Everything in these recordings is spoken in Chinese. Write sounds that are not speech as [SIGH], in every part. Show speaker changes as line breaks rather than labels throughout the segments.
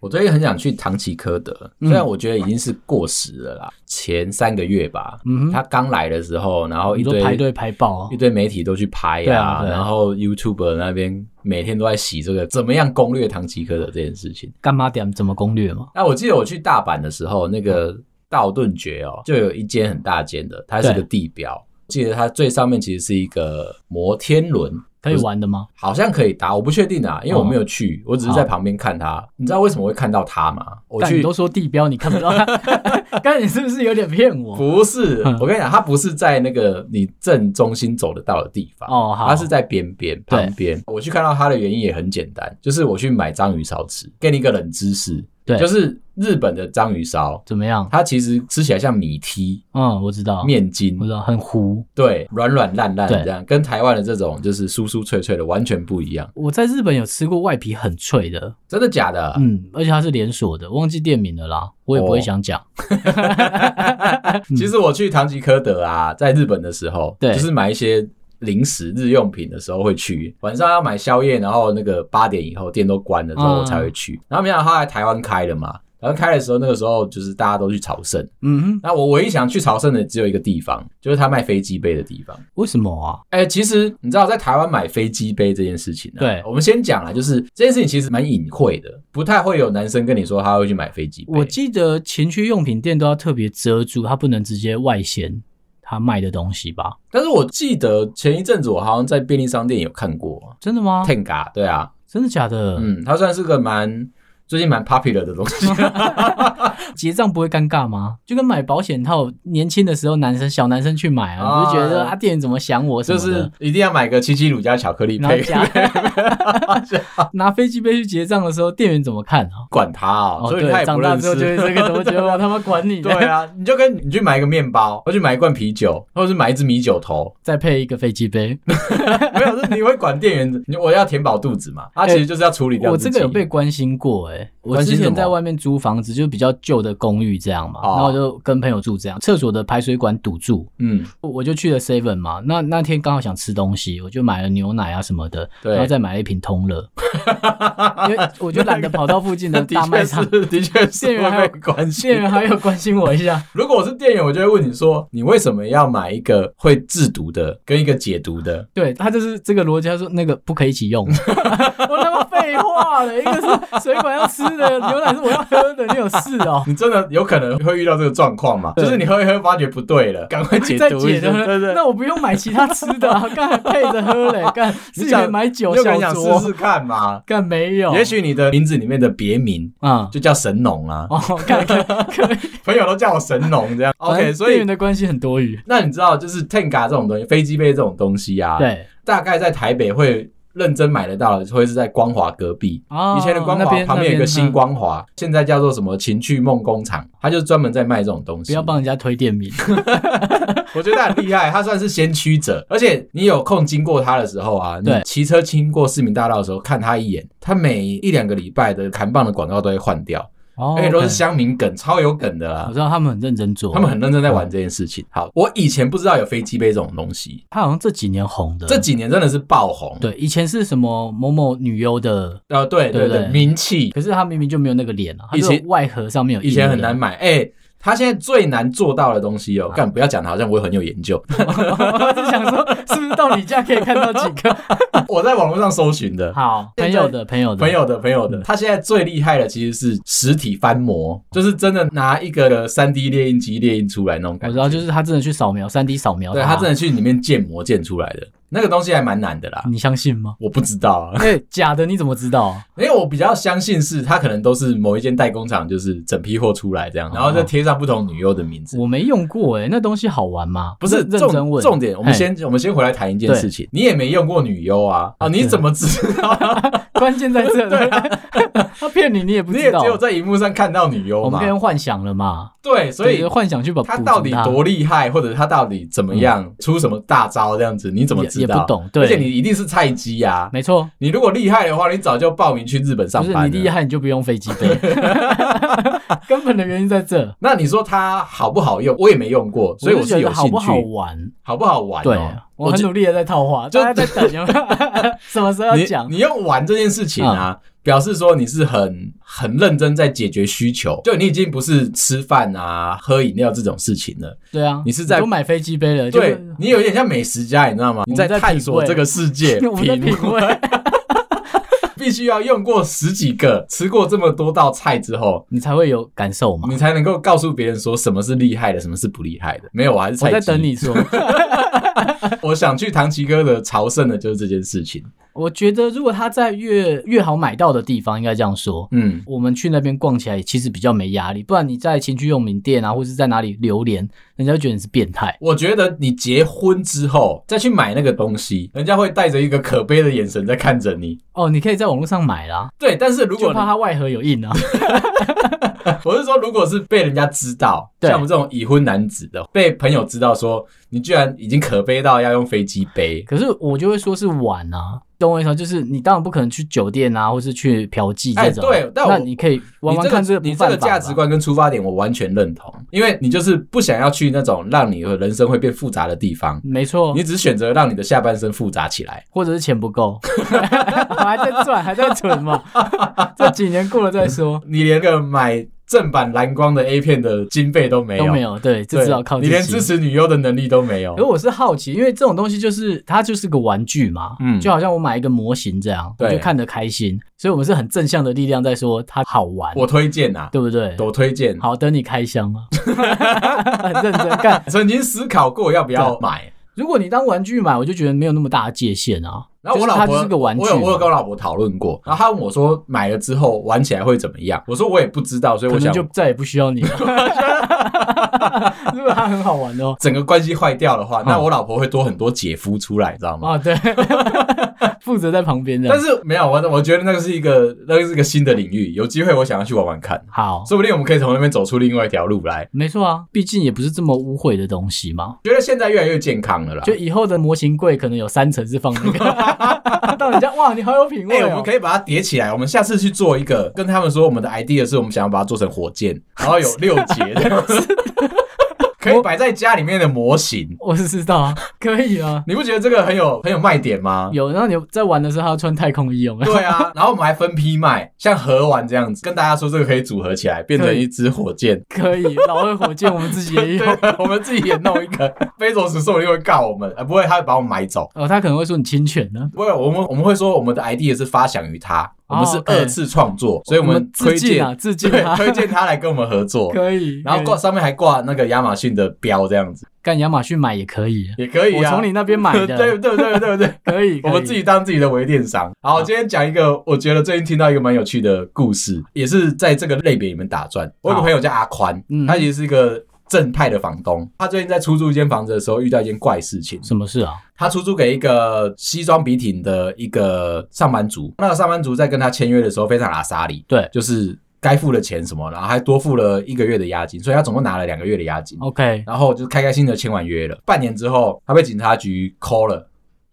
我最近很想去唐吉诃德，虽
嗯
然我觉得已经是过时了啦，前三个月吧，
嗯哼，
他刚来的时候，然后哦一
你都
堆
排队排爆啊
一，堆媒体都去拍
对
呀、
啊对啊
然后 YouTube 那边每天都在洗这个怎么样攻略唐吉诃德这件事情。
干妈点怎么攻略嘛？
那我记得我去大阪的时候，那个道顿崛哦，就有一间很大间的，它是个
对
地标。记得它最上面其实是一个摩天轮，
可以玩的吗？
好像可以搭，我不确定啊，因为我没
哦
有去，我只是在旁边看它。你知道为什么会看到它吗？我
干你
去
都说地标，你看
[LAUGHS]
不到，刚才你是不是有点骗我？
不是
嗯，
我跟你讲，它不是在那个你正中心走得到的地方
哦好
它是在边边
对
旁边。我去看到它的原因也很简单，就是我去买章鱼烧吃。给你一个冷知识，
对
就是日本的章鱼烧，
怎么样？
它其实吃起来像米梯、
嗯，我知道，
面筋
我，知道很糊。
对，软软烂烂
对
这样，跟台湾的这种就是酥酥脆脆的完全不一样。
我在日本有吃过外皮很脆的，
真的假的？
嗯，而且它是连锁的，忘记店名了啦，我也不会
哦
想讲。
其实我去唐吉诃德啊，在日本的时候，
嗯对
就是买一些零食、日用品的时候会去，晚上要买宵夜，然后那个八点以后店都关了之后
嗯
我才会去。然后没想到他来台湾开了嘛，然后开的时候那个时候就是大家都去朝圣，
嗯哼，
那我唯一想去朝圣的只有一个地方，就是他卖飞机杯的地方。
为什么啊？
哎、其实你知道，在台湾买飞机杯这件事情、啊，
对
我们先讲啦，就是这件事情其实蛮隐晦的，不太会有男生跟你说他会去买飞机杯。
我记得情趣用品店都要特别遮住，它不能直接外显它卖的东西吧？
但是我记得前一阵子我好像在便利商店有看过啊
真的吗？
Tenga，对啊，
真的假的？
嗯，它算是个蛮最近蛮 popular 的东
[LAUGHS]
西。
结账不会尴尬吗？就跟买保险套，年轻的时候男生小男生去买啊，
啊
你就觉得啊店员怎么想我什
就
么的
是一定要买个七七乳加巧克力
然后
配，
[LAUGHS]
啊
加拿飞机杯去结账的时候，店员怎么看啊？
[LAUGHS] 管它哦，
哦，
所以
对
他，也
长
不
大
认
之后就会
识。
这个怎么觉得我他妈管你？
[LAUGHS] 对，啊，你就跟你去买一个面包，或去买一罐啤酒，或者是买一支米酒
[LAUGHS]
头，
再配一个飞机杯，
没有，是你会管店员，你我要填饱肚子嘛？他
哎
其实就是要处理掉
我
自己。
这个有被关心过哎、我
关
之
心什么
前在外面租房子，就是比较旧的公寓这样嘛，
哦
然后我就跟朋友住这样，厕所的排水管堵住，
嗯，
我就去了 Seven 嘛。那那天刚好想吃东西，我就买了牛奶啊什么的，
对
然后再买了一瓶通乐， [LAUGHS] 因为我就懒得跑到附近
[LAUGHS]
的
的
大卖
确
场。
是，的确是
店员还有
会被关心。
店员还有关心我一下， [LAUGHS]
如果我是店员，我就会问你说，你为什么要买一个会制毒的跟一个解毒的？
对他就是这个逻辑，他说那个不可以一起用， [LAUGHS] 我他妈废话了，一个是水管要吃的，牛奶是我要喝的，你有事 [LAUGHS] 哦、
你真的有可能会遇到这个状况嘛？
对
就是你喝一喝，发觉不对
[LAUGHS]
了，赶 [LAUGHS] 快解
再
毒
解
一下，
的，
对不对？
那我不用买其他吃
[LAUGHS]
的啊，干还配着喝嘞，干自己
想
可以买酒
你有
小
可能想
酌，
试试看嘛？
干没有，
也许你的名字里面的别名
啊。
就叫神农啊， [LAUGHS]
哦，看看，可以。
朋友都叫我神农这样。
[LAUGHS] 反
OK，
正
所
店
以
员的关系很多余。
那你知道就是 Tenga 这种东西，飞机杯这种东西啊，，
对
大概在台北会认真买得到的，会是在光华隔壁。
啊
以前的光
那
华
边
旁边有一
那
个星
嗯
光华，现在叫做什么情趣梦工厂，它就是专门在卖这种东西。
不要帮人家推
[LAUGHS]
店名。
我觉得他很厉害，他算是先驱者。而且你有空经过他的时候啊，你
对
骑车经过市民大道的时候看他一眼，他每一两个礼拜的砍棒的广告都会换掉，
哦
而且哎都是
OK 哦
乡民梗，超有梗的
我
啦。
知道他们很认真做，
他们很认真在
嗯
玩这件事情。好，我以前不知道有飞机杯这种东西，
他好像这几年红的。
这几年真的是爆红。，
嗯对以前是什么某某女优的，
呃，对对
对不
对，
对
名气
可是她明明就没有那个脸啊，她
以前
就外盒上面有
以
印
前很
的
难。买，哎。他现在最难做到的东
啊
西哦，干不要讲的，好像我很有研究。
[LAUGHS]
[LAUGHS]
我只想说，是不是到你家可以看到几
[LAUGHS]
个？
我在网络上搜寻的，
好，朋
现在
友的朋友的
朋友的朋友
嗯
的，他现在最厉害的其实是实体翻模，就是真的拿一个三 D 列印机列印出来那种
我
感
知
觉。
道，就是他真的去扫描，三 D 扫描。
对他真的去里面建模建出来的那个东西还蛮难的啦，
你相
[LAUGHS]
信吗？
我不知道啊，
哎、假的，你怎么知道？
因为我比较相信是他可能都是某一间代工厂，就是整批货出来这样，然后再贴上不同女优的名字。
哦我没用过哎、那东西好玩吗？
不是
认真
重
问。
重点， [LAUGHS] 我们
嘿
先我们先回来谈一件
对
事情。你也没用过女优啊啊！你
对
怎么知
[LAUGHS]
道？
关键在这。对、 [LAUGHS] 他骗你，你也不
啊你
知
也
道
只。有在荧幕上看到女优
我们
嘛
可以？用幻想了嘛？
对，所以
对幻想去把
他
捕捉
到底
它
多厉害，或者他到底怎么样、出什么大招这样子，你怎么
嗯也
知
也
道？
不懂，对，
而且你一定是菜鸡呀、
没错，
你如果厉害的话，你早就报名去日本上
不是
班
你
了。
厉害，你就不用飞机
[LAUGHS]
杯。根本的原因在这。
那你说它好不好用？我也没用过，所以
我
我
是觉
有
得
兴
好
趣。
不好玩？
好不好玩、哦？
对，啊我很
觉
努力的在套话，
就
大家在等有没有 [LAUGHS] 什么时候要讲嗯
你。你用玩这件事情啊，表示说你是很很认真在解决需求，就你已经不是吃饭啊、喝饮料这种事情了。
对啊，
你是在
都买飞机杯
对
了，就是
你有点像美食家，你知道吗？你
们在
探索这个世界，
[LAUGHS] 我们在品
味 [LAUGHS]
味，
必须要用过十几个、吃过这么多道菜之后，
你才会有感受嘛。
你才能够告诉别人说什么是厉害的，什么是不厉害的。没有，我还是 [LAUGHS]
我
菜
在
鸡
等。你说，
我想去唐吉诃德朝圣的就是这件事情。
我觉得如果他在越越好买到的地方，应该这样说。
嗯，
我们去那边逛起来，其实比较没压力。不然你在情趣用品店啊，或是在哪里流连，人家会觉得你是变态。
我觉得你结婚之后再去买那个东西，人家会带着一个可悲的眼神在看着你。
哦，你可以在网络上买啦，
对，但是如
就
果
怕
你 [LAUGHS]
它外盒有印啊。 [LAUGHS]
我是说，如果是被人家知道，
对
像我们这种已婚男子的，被朋友知道说你居然已经可悲到要用飞机杯，
可是我就会说是玩啊，懂我意思吗？就是你当然不可能去酒店啊，或是去嫖妓这种。
哎对但我
那你可以玩玩看
你这
个
个
不
你这
犯
个
法吧
价值。观跟出发点，我完全认同，因为你就是不想要去那种让你的人生会变复杂的地方，
没错
你，只选择让你的下半身复杂起来。
或者是钱
[LAUGHS]
不够，还在赚，还在存嘛，这几年过了再说，
你连个买正版蓝光的 A 片的经费都没有，
都没有，对，
对，
这只好靠
你
自
连
己哦
支。持女优的能力都没有
可。我是好奇，因为这种东西就是它就是个玩具嘛，
嗯
就好像我买一个模型这样，我
对
就看得开心，所以我们是很正向的力量在说它好玩，
我推荐啊，
对不对？
我推荐。
好，等你开箱啊， [LAUGHS] 很认真干。
曾经思考过要不要买，
如果你当玩具买，我就觉得没有那么大的界限啊。
然后我
就
老婆
是它就是个玩具嘛，
我有我有跟我老婆讨论过，然后她问我说买了之后玩起来会怎么样？我说我也不知道，所以
可
我想
能就再也不需要你
[LAUGHS]
了。 [LAUGHS] 如果它很好玩哦，
整个关系坏掉的话，那
嗯
我老婆会多很多姐夫出来，你知道吗？[LAUGHS]
啊，对，负责在旁边的。
但是没有，我我觉得那个是一个那个是一个新的领域，有机会我想要去玩玩看，
好，
说不定我们可以从那边走出另外一条路来。
没错啊，毕竟也不是这么污秽的东西嘛。
觉得现在越来越健康了啦。哎
就以后的模型柜可能有三层是放
[LAUGHS]
那个，到人家哇，你好有品
哎、
味、哦。
我们可以把它叠起来，我们下次去做一个，跟他们说我们的 idea 是我们想要把它做成火箭，然
[LAUGHS]
后有六节的，可以摆在家里面的模型。
我是知道啊， [LAUGHS] 可以啊。
你不觉得这个很有很有卖点吗？
有，然后你在玩的时候还要穿太空衣，有
[LAUGHS]
没有？
对啊，然后我们还分批卖，像盒玩这样子，跟大家说这个可以组合起来，变成一支火箭。
可以，老二火箭我们自己也有。
对，我们自己也弄一个。非洲时说不定会告我们，啊，不会，他会把我们买走。
哦，他可能会说你侵权呢、
不会，我们我们会说我们的 idea 是发想于他，我们是
哦 OK 哦
二次创作，所以我们推
致敬
荐、
啊，致敬
对
他，
推荐他来跟我们合作。
可以。
然后
可
挂
以
上面还挂那个亚马逊的标，这样子
干亚马逊买也可以，
也可以
我
啊。
从你那边买的，
[LAUGHS] 对对对对对，
可以。
我们自
可以
己当自己的微电商。好，今天讲一个，我觉得最近听到一个蛮有趣的故事，也是在这个类别里面打转。我有个朋友叫阿宽
嗯，
他其实是一个正派的房东。他最近在出租一间房子的时候，遇到一件怪事情。
什么事啊？
他出租给一个西装笔挺的一个上班族，那个上班族在跟他签约的时候非常拉沙里，
对
就是该付的钱什么，然后还多付了一个月的押金，所以他总共拿了两个月的押金。
，OK，
然后就开开心心的签完约了。半年之后，他被警察局扣了，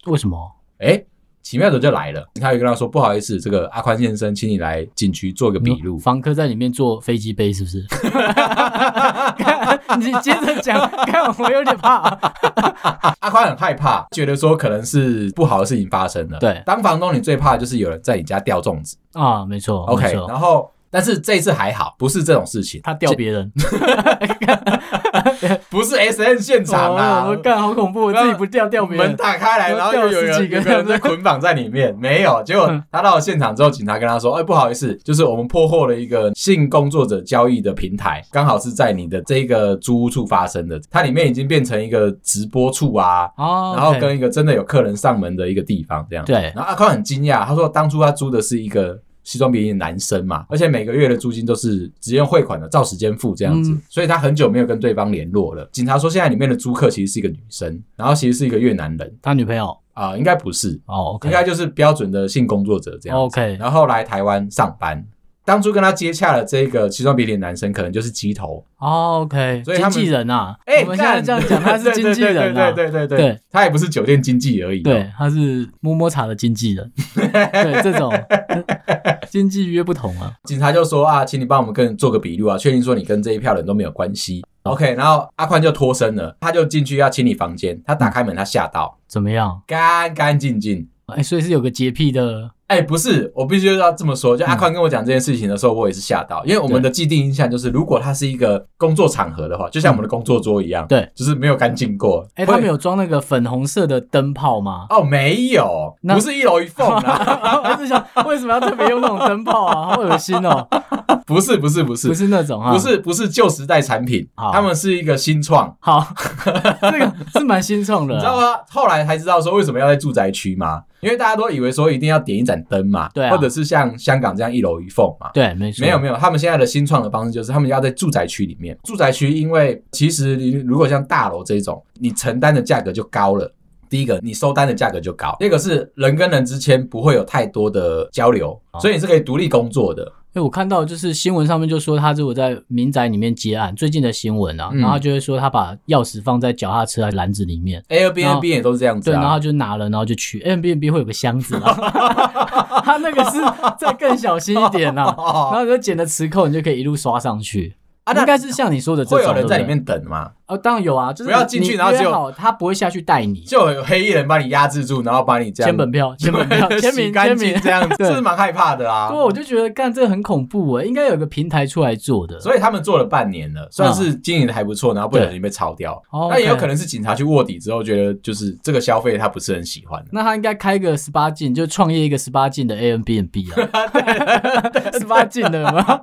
为什么？
哎，奇妙的就来了。警察局跟他说：“不好意思，这个阿宽先生，请你来警局做个笔录。
房客在里面做飞机杯
[LAUGHS]
是 [LAUGHS] 不是？你接着讲，看我有点怕。
啊阿宽很害怕，觉得说可能是不好的事情发生了。
对
当房东你最怕的就是有人在你家掉粽子。
啊，没错
OK，
没错
然后。但是这一次还好，不是这种事情，
他吊别人，
不是 S N 现场啊
哦我，干好恐怖，我自己不吊吊别
门
人，
打开来，然后又有
掉十
人
几个
有人在捆绑在里面，没
[LAUGHS]
有。结果
嗯
他到了现场之后，警察跟他说：“哎，不好意思，就是我们破获了一个性工作者交易的平台，刚好是在你的这个租屋处发生的，它里面已经变成一个直播处啊。”
哦
然后
OK
跟一个真的有客人上门的一个地方这样，
对
然后阿宽很惊讶，他说当初他租的是一个西装笔挺的男生嘛，而且每个月的租金都是直接汇款的，照时间付这样子，
嗯
所以他很久没有跟对方联络了。警察说现在里面的租客其实是一个女生，然后其实是一个越南人
他女朋友
啊、应该不是，
哦
应
，OK
该就是标准的性工作者这样子。
OK，
然后来台湾上班。当初跟他接洽的这个西装笔挺的男生，可能就是鸡头。
哦，OK，
所以他
经
们
纪人啊，
哎、
我们现在
干
这样讲，他是
对
经纪人啊，
对对对对对
对
他也不是酒店经纪而已、哦。
对，他是摸摸茶的经
[LAUGHS]
纪人，对这种经纪约不同啊，
警察就说啊，请你帮我们跟做个笔录啊，确定说你跟这一票人都没有关系。OK，然后阿宽就脱身了，他就进去要清理房间，他打开门，他吓到，
怎么样？
干干净净，
哎，所以是有个洁癖的
哎、不是，我必须要这么说。就阿宽
嗯
跟我讲这件事情的时候，我也是吓到，因为我们的既定印象就是，如果它是一个工作场合的话，就像我们的工作桌一样，
嗯对，
就是没有干净过。
哎、他们
有
有装那个粉红色的灯泡吗？ [LAUGHS]
哦，没有，
那
不是一楼一缝啊
[LAUGHS]
啦，
我一直想，为什么要特别用那种灯泡啊？好恶心哦！
不是，不是，不是，
不是那种啊，
不是，不是旧时代产品，
好
他们是一个新创。
好，这个是蛮新创的
你
啊，
知道吗？后来才知道说为什么要在住宅区吗？因为大家都以为说一定要点一盏灯嘛，
对啊
或者是像香港这样一楼一缝嘛。
对，没错，
没有没有，他们现在的新创的方式就是他们要在住宅区里面。住宅区因为其实你如果像大楼这种，你承担的价格就高了。第一个，你收单的价格就高；第二个是人跟人之间不会有太多的交流，
哦
所以你是可以独立工作的。
因为我看到就是新闻上面就说他如果在民宅里面接案，最近的新闻啊，
嗯
然后他就会说他把钥匙放在脚踏车的篮子里面，然后
Airbnb 也都是这样子
对，然后
啊
他。就拿了，然后就去 a b n b 会有个箱子嘛， [LAUGHS] 他那个是再更小心一点啦、
[LAUGHS]
然
哦，
后你就捡了磁扣，你就可以一路刷上去。
啊那
应该是像你说的这种，
会有人在里
对不对
面等吗？
哦，当然有啊，就是
不要进去
你
然后只有
约好他不会下去带你
就有黑衣人把你压制住，然后把你这样
签本票、签
[LAUGHS]
本票、
对
签
洗
名、
干
签
净
名，
这样这是
对。
蛮害怕的啊
不。过我就觉得干这个很恐怖欸诶，应该有个平台出来做的。
所以他们做了半年了，算是经营的还不错，然后不小心被抄掉。
哦
那也有
OK
可能是警察去卧底之后，觉得就是这个消费他不是很喜
[LAUGHS]
欢。
那他应该开个十八禁，就创业一个十八禁的 A N B N
[LAUGHS]
B 啊，十八禁的吗？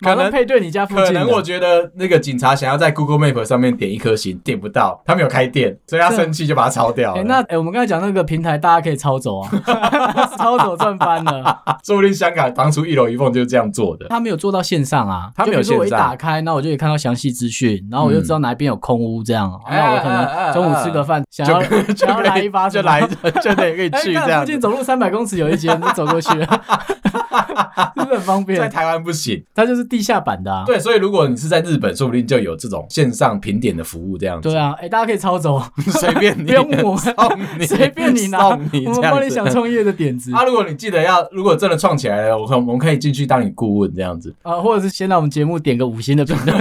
马上配对你家附
可
近的。
能我觉得那个警察想要在 Google Map 上面点一颗星，点不到，他没有开店，所以他生气就把它抄掉
哎、
了。
那哎、我们刚才讲那个平台，大家可以抄
[LAUGHS]
走啊，抄走赚翻了。
说不定香港当初一楼一凤就是这样做的。
他没有做到线上啊，
他没有
就比如说我一
线上嗯
打开，那我就可以看到详细资讯，然后我就知道哪边有空屋这样。
哎
那我可
哎哎哎
能中午吃个饭， [LAUGHS] 想
就
要
可以就
[LAUGHS] 想要
可以
来一发
就
什么
来 [LAUGHS] 就得可以
哎
去
看
这样
附近
子，
走路三百公尺有一间，就走
[LAUGHS]
过去，是不是很方
在
便？
台湾不行。
它就是地下版的啊。
对，所以如果你是在日本，说不定就有这种线上评点的服务这样子。
对啊，哎、大家可以抄走，
[LAUGHS] 随便你，
不用我
[LAUGHS]
们
送你，
随便你拿，
送你
我
这
们
样
帮
子。
你想创业的点子
啊，
啊、
如果你记得要，如果真的创起来了，我可我们可以进去当你顾问这样
[LAUGHS]
子，
啊或者是先让我们节目点个五星的评论，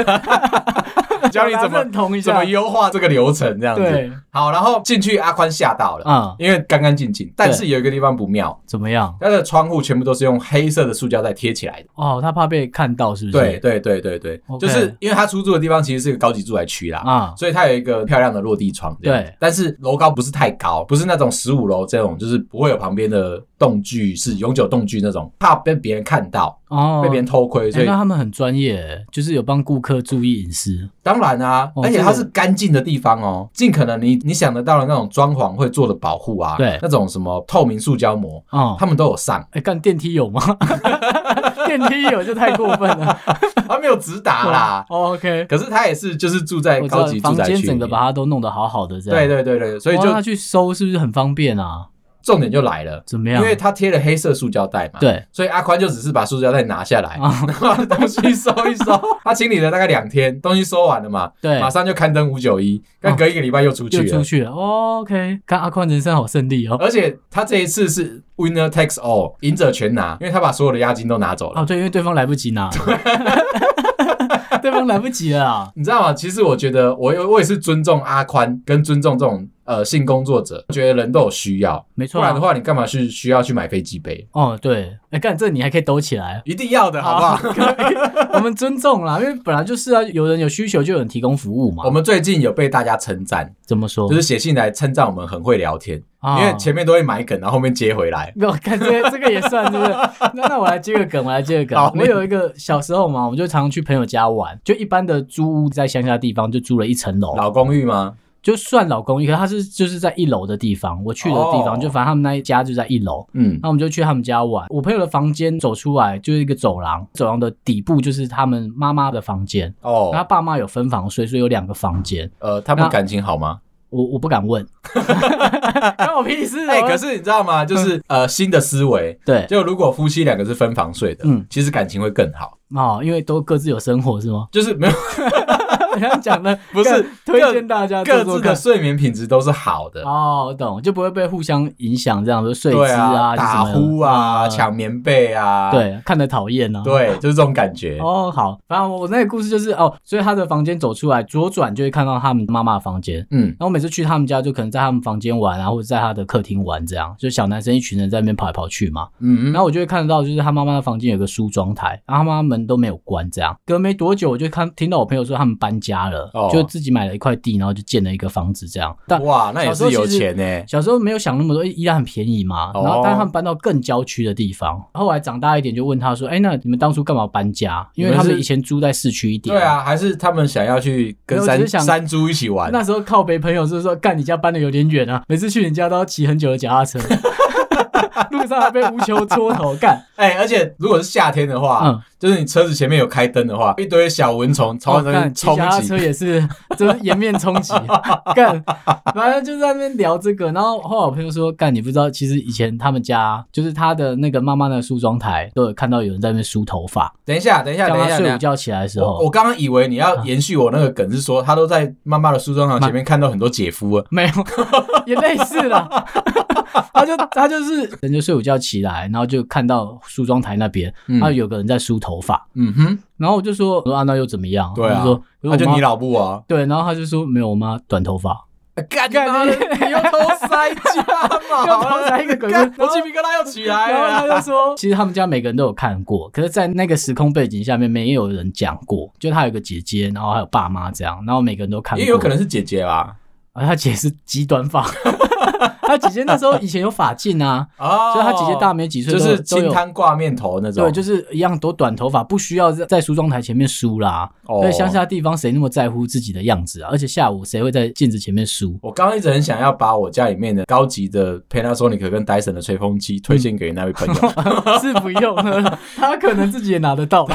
[LAUGHS] 教你怎
大家
么
认同
[LAUGHS]
一
怎
下
么。优化这个流程这样子。
对，
好，然后进去阿宽吓到了，
啊、
因为干干净净，但是有一个地方不妙，
怎么样？
它的窗户全部都是用黑色的塑胶袋贴起来的。
哦，他怕被看到，是不是？
对对对对对，
OK
就是因为他出租的地方其实是一个高级住宅区啦。
啊，
所以它有一个漂亮的落地窗，这样
对
但是楼高不是太高，不是那种十五楼这种，就是不会有旁边的动具是永久动具那种，怕被别人看到，
哦，
被别人偷窥，
哎、
所以
那他们很专业，就是有帮顾客注意隐私。
当然啊，
哦
而且它
这
是
个
干净的地方哦，尽可能你你想得到的那种装潢会做的保护啊，
对
那种什么透明塑胶膜，
哦，
他们都有
[LAUGHS]
上，
哎、干电梯有吗？电梯有就太过分了。，
他没有直达啦
哦、OK，
可是他也是就是住在
我知
高
道
级住
房
宅
间
区里
整个
面，
把它都弄得好好的，这样。
对对对对，所以
哇，
就
他去收是不是很方便啊？
重点就来了，
怎么
因
样？
为他贴了黑色塑胶袋嘛，，
对，
所以阿宽就只是把塑胶袋拿下来，
啊
然后把东西收一 [LAUGHS] 收，他清理了大概两天，东西收完了嘛，
对
马上就刊登五九一，但
哦
隔一个礼拜又出去
就
了
出，去了。哦、OK，看阿宽人生好胜利哦。
而且他这一次是 winner takes all，赢者全拿，因为他把所有的押金都拿走了。
哦，对，因为对方来不及拿， [LAUGHS] 对方来不及了啊。
你知道吗？其实我觉得我有我也是尊重阿宽，跟尊重这种呃性工作者，我觉得人都有需要，
没
不
错、
然的
啊。
话你干嘛去需要去买飞机杯？
哦，对，哎、干这你还可以抖
[LAUGHS]
起来。
一定要的好不好？
我们尊重啦，因为本来就是啊，有人有需求就有人提供服务嘛。
[LAUGHS] 我们最近有被大家称赞，
怎么说？
就是写信来称赞我们很会聊天，
啊
因为前面都会埋梗，然后后面接回来。
没有，看这个这个也算是不是？那那我来接个梗，我来接个
好
梗。我有一个小时候嘛，我们就常常去朋友家玩，就一般的租屋在乡下地方就租了一层楼，
老公寓吗？
就算老公寓，可是他是就是在一楼的地方，我去的地方、
哦
就反正他们那一家就在一楼，
嗯
那我们就去他们家玩。我朋友的房间走出来就是一个走廊，走廊的底部就是他们妈妈的房间，然后
哦，
他爸妈有分房睡，所以有两个房间。
呃，他们
那
感情好吗？
我我不
[LAUGHS]
敢问，关我屁事、哦
哎、可是你知道吗？就是
嗯
呃新的思维，
对
就如果夫妻两个是分房睡的，
嗯
其实感情会更好。
哦，因为都各自有生活是吗？
就是没有，
这样讲 [LAUGHS] 的，
不是
干推荐大家
各
做做
自
看
的睡眠品质都是好的，
哦，我懂，就不会被互相影响，这样的睡
对
姿
啊，打
打
呼啊，抢棉被啊，
嗯对，看得讨厌啊。。
对，就是这种感觉。
哦，好，反正我我那个故事就是哦，所以他的房间走出来，左转就会看到他们妈妈的房间。
嗯，
然后我每次去他们家，就可能在他们房间玩啊，或者在他的客厅玩，这样就小男生一群人在那边跑来跑去嘛。
嗯，
然后我就会看得到，就是他妈妈的房间有个梳妆台，然后他妈妈门都没有关，这样隔没多久我就看听到我朋友说他们搬家了，
哦
就自己买了一块地，然后就建了一个房子这样。但
哇，那也
小时
是
候
有
其实
钱呢、
小时候没有想那么多，依然很便宜嘛。
哦
然后，但他们搬到更郊区的地方。后来长大一点，就问他说：“哎，那你们当初干嘛搬家？因为他
你们
们
是
以前住在市区一点。”
对。啊，还是他们想要去跟
没有我只
山
是想
山猪一起玩？
那时候靠北朋友就是说：“干，你家搬的有点远啊，每次去你家都要骑很久的脚踏车，路上还被无球戳头干。
哎、而且如果是夏天的话，
嗯
就是你车子前面有开灯的话，一堆小蚊虫朝
哦
你那
干
边
骑
冲
脚踏
击
车。也是，就是颜面冲
[LAUGHS]
击。干，反正就在那边聊这个。然后后来我朋友说：“干，你不知道，其实以前他们家就是他的那个妈妈的梳妆台，都有看到有人在那边梳头发。”
等一下，哎等一下，
叫
等一
他
下，
睡
等
午
一下。
觉起来的时
我
候啊
我，刚刚以为你要延续我那个梗，是说他都在妈妈的梳妆堂前面看到很多姐夫啊了。
没有， [LAUGHS] 也类似了。 [LAUGHS] 他就他就是人就睡午觉起来，然后就看到梳妆台那边，
嗯
然后有个人在梳头发，
嗯哼，
然后我就说，我说啊，那又怎么样？
对啊
我就说，
那、
我
就
妈
你老布啊，
对，然后他就说没有，我妈短
[LAUGHS]
头发。
干你妈的，你又偷塞家嘛
[LAUGHS] 又偷塞一个鬼故事
啊干我鸡皮疙瘩又起
[LAUGHS]
来
然后
了。
他就说，其实他们家每个人都有看过，可是，在那个时空背景下面，没有人讲过。就他有个姐姐，然后还有爸妈这样，然后每个人都看过。
也有可能是姐姐吧。
啊，他姐是极短发， [LAUGHS] 他姐姐那时候以前有发镜啊，
哦
所以他姐姐大没几岁
就
都有，
是
都
清
有
汤挂面头那种。
对，就是一样都短头发，不需要在在梳妆台前面梳啦。
哦
所以乡下地方谁那么在乎自己的样子啊？而且下午谁会在镜子前面梳？
我刚刚一直很想要把我家里面的高级的 Panasonic 跟 Dyson 的吹风机推荐给那位朋
[LAUGHS]
友，
[LAUGHS] 是不用 [LAUGHS] 了，他可能自己也拿得 [LAUGHS] 到。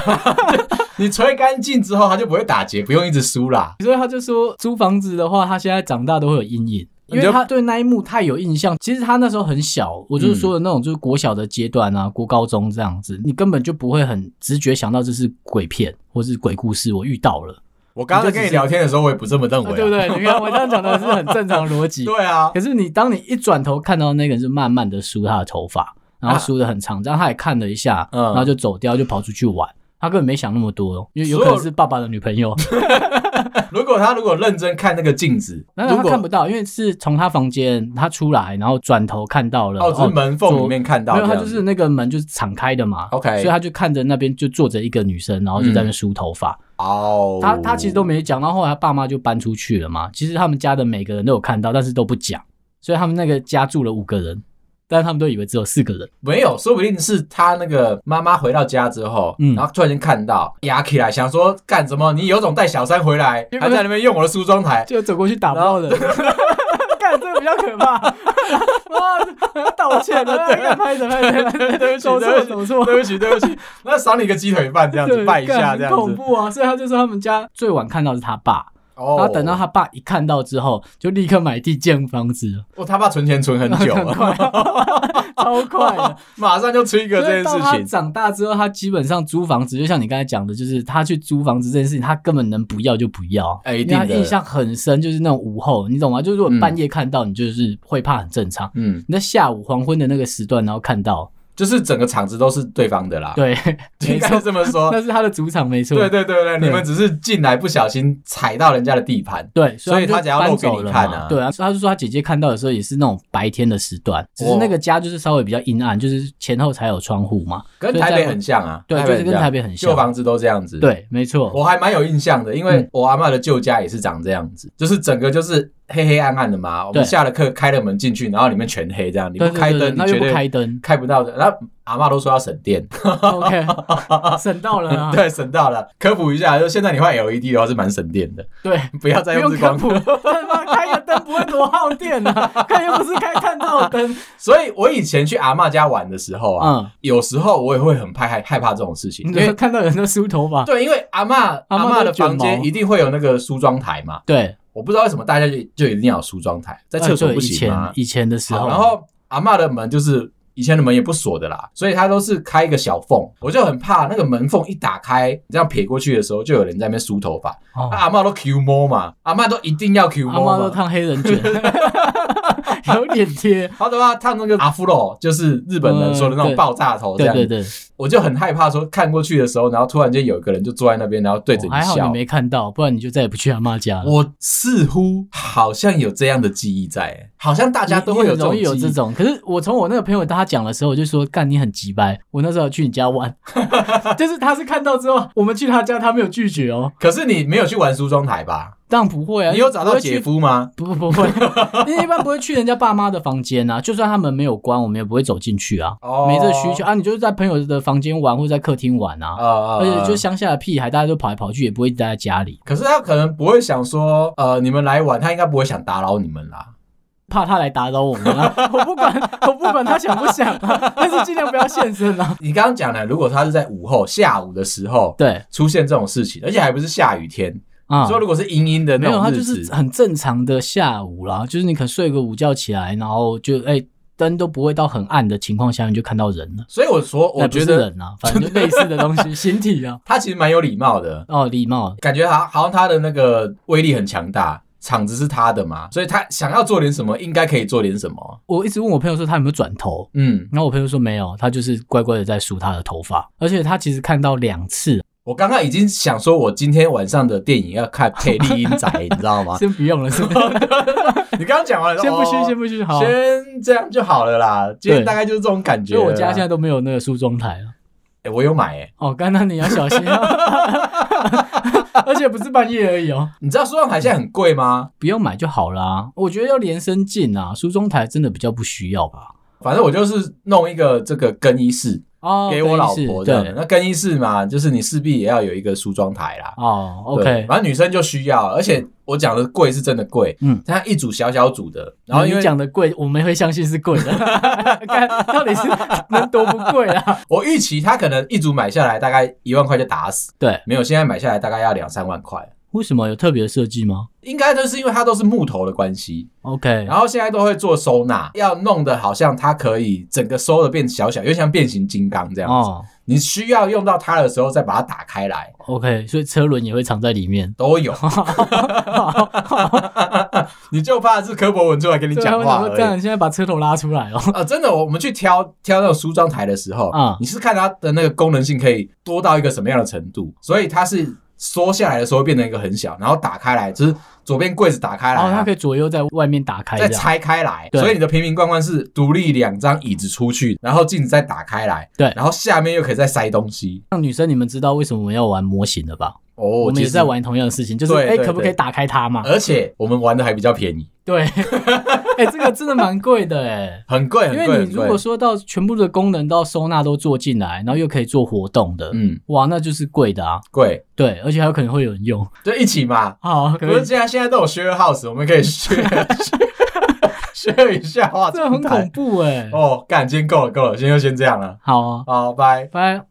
你吹干净之后它就不会打结，不用一直梳啦。
所以他就说，租房子的话，他现在长大都会有阴影。因
你
为
就
他对那一幕太有印象，其实他那时候很小，我就是说的那种，就是国小的阶段啊，国高中这样子，你根本就不会很直觉想到这是鬼片或是鬼故事，我遇到了，
我刚刚在跟你聊天的时候，我也不这么认为、啊
对啊不？对？你看我这样讲的是很正常的逻 [LAUGHS] 辑，
对啊，
可是你当你一转头看到那个人是慢慢的梳他的头发，然后梳的很长，这样他也看了一下，
啊嗯
然后就走掉，就跑出去玩。他根本没想那么多，因为有可
所有
能是爸爸的女朋
[LAUGHS]
友，
如果他如果认真 [LAUGHS] 看那个镜子，
然后
如
他
果
看不到，因为是从他房间他出来，然后转头看到了，
哦，只是门缝里面看到
没
这
有，
样子，
他就是那个门就是敞开的嘛
OK 嗯
所以他就看着那边就坐着一个女生，然后就在那边梳头发。
哦，
他他其实都没讲，然后后来他爸妈就搬出去了嘛。其实他们家的每个人都有看到，但是都不讲，所以他们那个家住了五个人，但是他们都以为只有四个人。
没有，说不定是他那个妈妈回到家之后，
嗯
然后突然间看到压起来，想说干什么？你有种带小三回 [LAUGHS] 来，还在那边用我的梳妆 [LAUGHS] 台，
就走过去打爆人。 [LAUGHS] 干这个比较可怕，哇！道歉了，对，拍着拍着，对不
起走错啊对不起
走错，
对不起，对不起，那赏你个鸡腿饭这样子，拜一下这样
恐
子。
怖啊！所以他就说他们家最晚看到是他爸，
哦
然后等到他爸一看到之后，就立刻买地建房子了，
哦我他爸存钱存很久啊
很
了， [LAUGHS]
快，超快的。
马上就出一个哦这件
所以到他
事情。
长大之后，他基本上租房子，就像你刚才讲的，就是他去租房子这件事情，他根本能不要就不要。
哎一
因为他
定的
印象很深，就是那种午后，你懂吗？就是如果半夜看到，你就是会怕，很正常。
嗯，
你在下午黄昏的那个时段，然后看到，
就是整个场子都是对方的啦，
对，
啊 [LAUGHS] 应
没
该
错，
这么说。
那是他的主场，没错。
对对对对，
对
你们只是进来不小心踩到人家的地盘，
对，
所以
他
他
们
才要
就
露
搬
给你
走了
看
嘛
啊
对啊，他就说他姐姐看到的时候也是那种白天的时段，只是那
哦
个家就是稍微比较阴暗，就是前后才有窗户嘛。
跟
所以
台
在
北
我
很像啊。
对，就是跟台北很
旧
像。
房子都这样子。，
对，没错。
我还蛮有印象的，因为
嗯
我阿嬷的旧家也是长这样子，就是整个就是黑黑暗暗的嘛。我
对
们下了课开了门进去，然后里面全黑这样，你
对
不
对
开
对
灯，
那
你
又
绝
不
对
开灯
开不到的。然后阿嬷都说要省电，
[LAUGHS] ，OK，省
[LAUGHS]
到了啊。
对，省到了。科普一下，就现在你换 LED 的话是蛮省电的，
对，
不要再
嗯不
用
用
日
科
光。
普， [LAUGHS] 他妈开个灯不会多耗电
[LAUGHS]
啊，看又不是开探照灯。
所以我以前去阿嬷家玩的时候啊，
嗯，
有时候我也会很怕害害怕这种事情，
你
因
就
为
看到有人在梳头发。
[LAUGHS] 对，因为阿嬷
阿
阿
嬷
嬷
都
的
卷
房
毛
间一定会有那个梳妆台嘛，
对，
我不知道为什么大家就就一定要有梳妆台，在厕所
呃对
不
以
行吗
前？以前的时
好
候，
然后阿嬷的门就是以前的门也不锁的啦，所以它都是开一个小缝，我就很怕那个门缝一打开，你这样撇过去的时候，就有人在那边梳头发。
哦
啊阿嬷都 Q 摸嘛，阿嬷都一定要 Q
阿
摸
妈都
嘛。
烫黑
[LAUGHS]
人卷，有点贴。
好的话，啊烫那个阿芙罗，就是日本人说的那
嗯对
种爆炸头这
对
样。
对对，
我就很害怕说看过去的时候，然后突然间有一个人就坐在那边，然后对着
哦还
你
好
笑
你。没看到，不然你就再也不去阿妈家了。
我似乎好像有这样的记忆在、欸好像大
大
家都会有这种
容易有
记
这
忆。
种，可是我从我那个朋友他讲的时候，我就说干你很急掰。我那时候有去你
[LAUGHS]
家玩，就是他是看到之后，我们去他家，他没有拒绝哦，
可是你没有去玩梳妆台吧？
当然不会啊。
你有找
不
到
会去
姐夫吗？
不不会，因为一般不会去人家爸妈的房间啊，就算他们没有关，我们也不会走进去啊，
哦
没这需求啊。你就是在朋友的房间玩，或者在客厅玩啊，
啊
而且就是乡下的屁孩，大家都跑来跑去，也不会待在家里，
可是他可能不会想说，呃，你们来玩，他应该不会想打扰你们啦。
怕他来打扰我们啊。 [LAUGHS] 我不管，我不管他想不想啊， [LAUGHS] 但是尽量不要现身啊。
你刚刚讲的，如果他是在午后、下午的时候
对
出现这种事情，而且还不是下雨天，
啊，
说如果是阴阴的
没
那
有，他
种
就
日
是
子，
很正常的下午啦，就是你可能睡个午觉起来，然后就哎灯都不会到很暗的情况下，你就看到人了。
所以我说，我
哎不
觉
是
得
[LAUGHS] 人啊，反正就类似的东西，形体啊，
他其实蛮有礼貌的，
哦，礼貌，
感觉好好像他的那个威力很强大，场子是他的嘛，所以他想要做点什么，应该可以做点什么。
我一直问我朋友说他有没有转头，
嗯，
然后我朋友说没有，他就是乖乖的在梳他的头发，而且他其实看到两次，
我刚刚已经想说，我今天晚上的电影要看《配丽英宅》，你知道吗？
先不用了，先
你刚刚讲完了，
[LAUGHS] 啊先不
哦
去，先不去，好。
先这样就好了啦。今天大概就是这种感觉
所
了啦。
以我家现在都没有那个梳妆台了。
欸我有买诶、
哦，刚刚你要小心、
[LAUGHS]
啊，而且不是半夜而已哦，
你知道梳妆台现在很贵吗？
不要买就好啦。我觉得要连身镜啊，梳妆台真的比较不需要吧。
反正我就是弄一个这个更衣室
哦，
给我老
对
婆
是
这样的。
对，
那更衣室嘛，就是你势必也要有一个梳妆台啦。
哦
对
，OK，
反正女生就需要，而且我讲的贵是真的贵，
嗯
嗯，它一组小小组的，然后因
你
为
讲的贵，我们会相信是
[LAUGHS]
贵的，看到底是能多不贵啊？
我预期它可能一组买下来大概一万块就打死，
对，
没有，现在买下来大概要两三万块，
为什么有特别的设计吗
应该就是因为它都是木头的关系，
？OK，
然后现在都会做收纳，要弄得好像它可以整个收的变小小，又像变形金刚这样子，
哦
你需要用到它的时候再把它打开来，
，OK，所以车轮也会藏在里面。
都
[LAUGHS]
有， [LAUGHS] 你就怕是柯博文出来跟你
对
讲话
我想说
而已
干，现在把车头拉出来哦。
[LAUGHS] 啊，真的，我我们去挑挑那种梳妆台的时候，
啊
你是看它的那个功能性可以多到一个什么样的程度，所以它是缩下来的时候会变成一个很小，然后打开来就是左边柜子打开来
然
啊、
后它哦可以左右在外面打开，这
再
样
拆开来，
对
所以你的瓶瓶罐罐是独立两张椅子出去，然后镜子再打开来，
对
然后下面又可以再塞东西。
像女生，你们知道为什么我们要玩模型了吧？
哦，
我们
其
也是
实
在，玩同样的事情，就是
对
哎，
对
可不可以
对呃
打开它嘛？
而且我们玩的还比较便宜，
对， [LAUGHS] 哎，这个真的蛮贵的哎。
很贵，很
因
贵，
为你
很
如
贵
果说到全部的功能到收纳都做进来，然后又可以做活动的，
嗯
哇，那就是贵的啊。
贵，
对，而且还有可能会有人用。
就一起嘛。
好，
可
可以
是。现在现在都有 share house，我们可以
[LAUGHS]
share share 一下化哦
这
妆
很
台
恐。怖哎、
哦，干，今天够了够了，今天就先这样了，
好啊，
好，拜。
拜。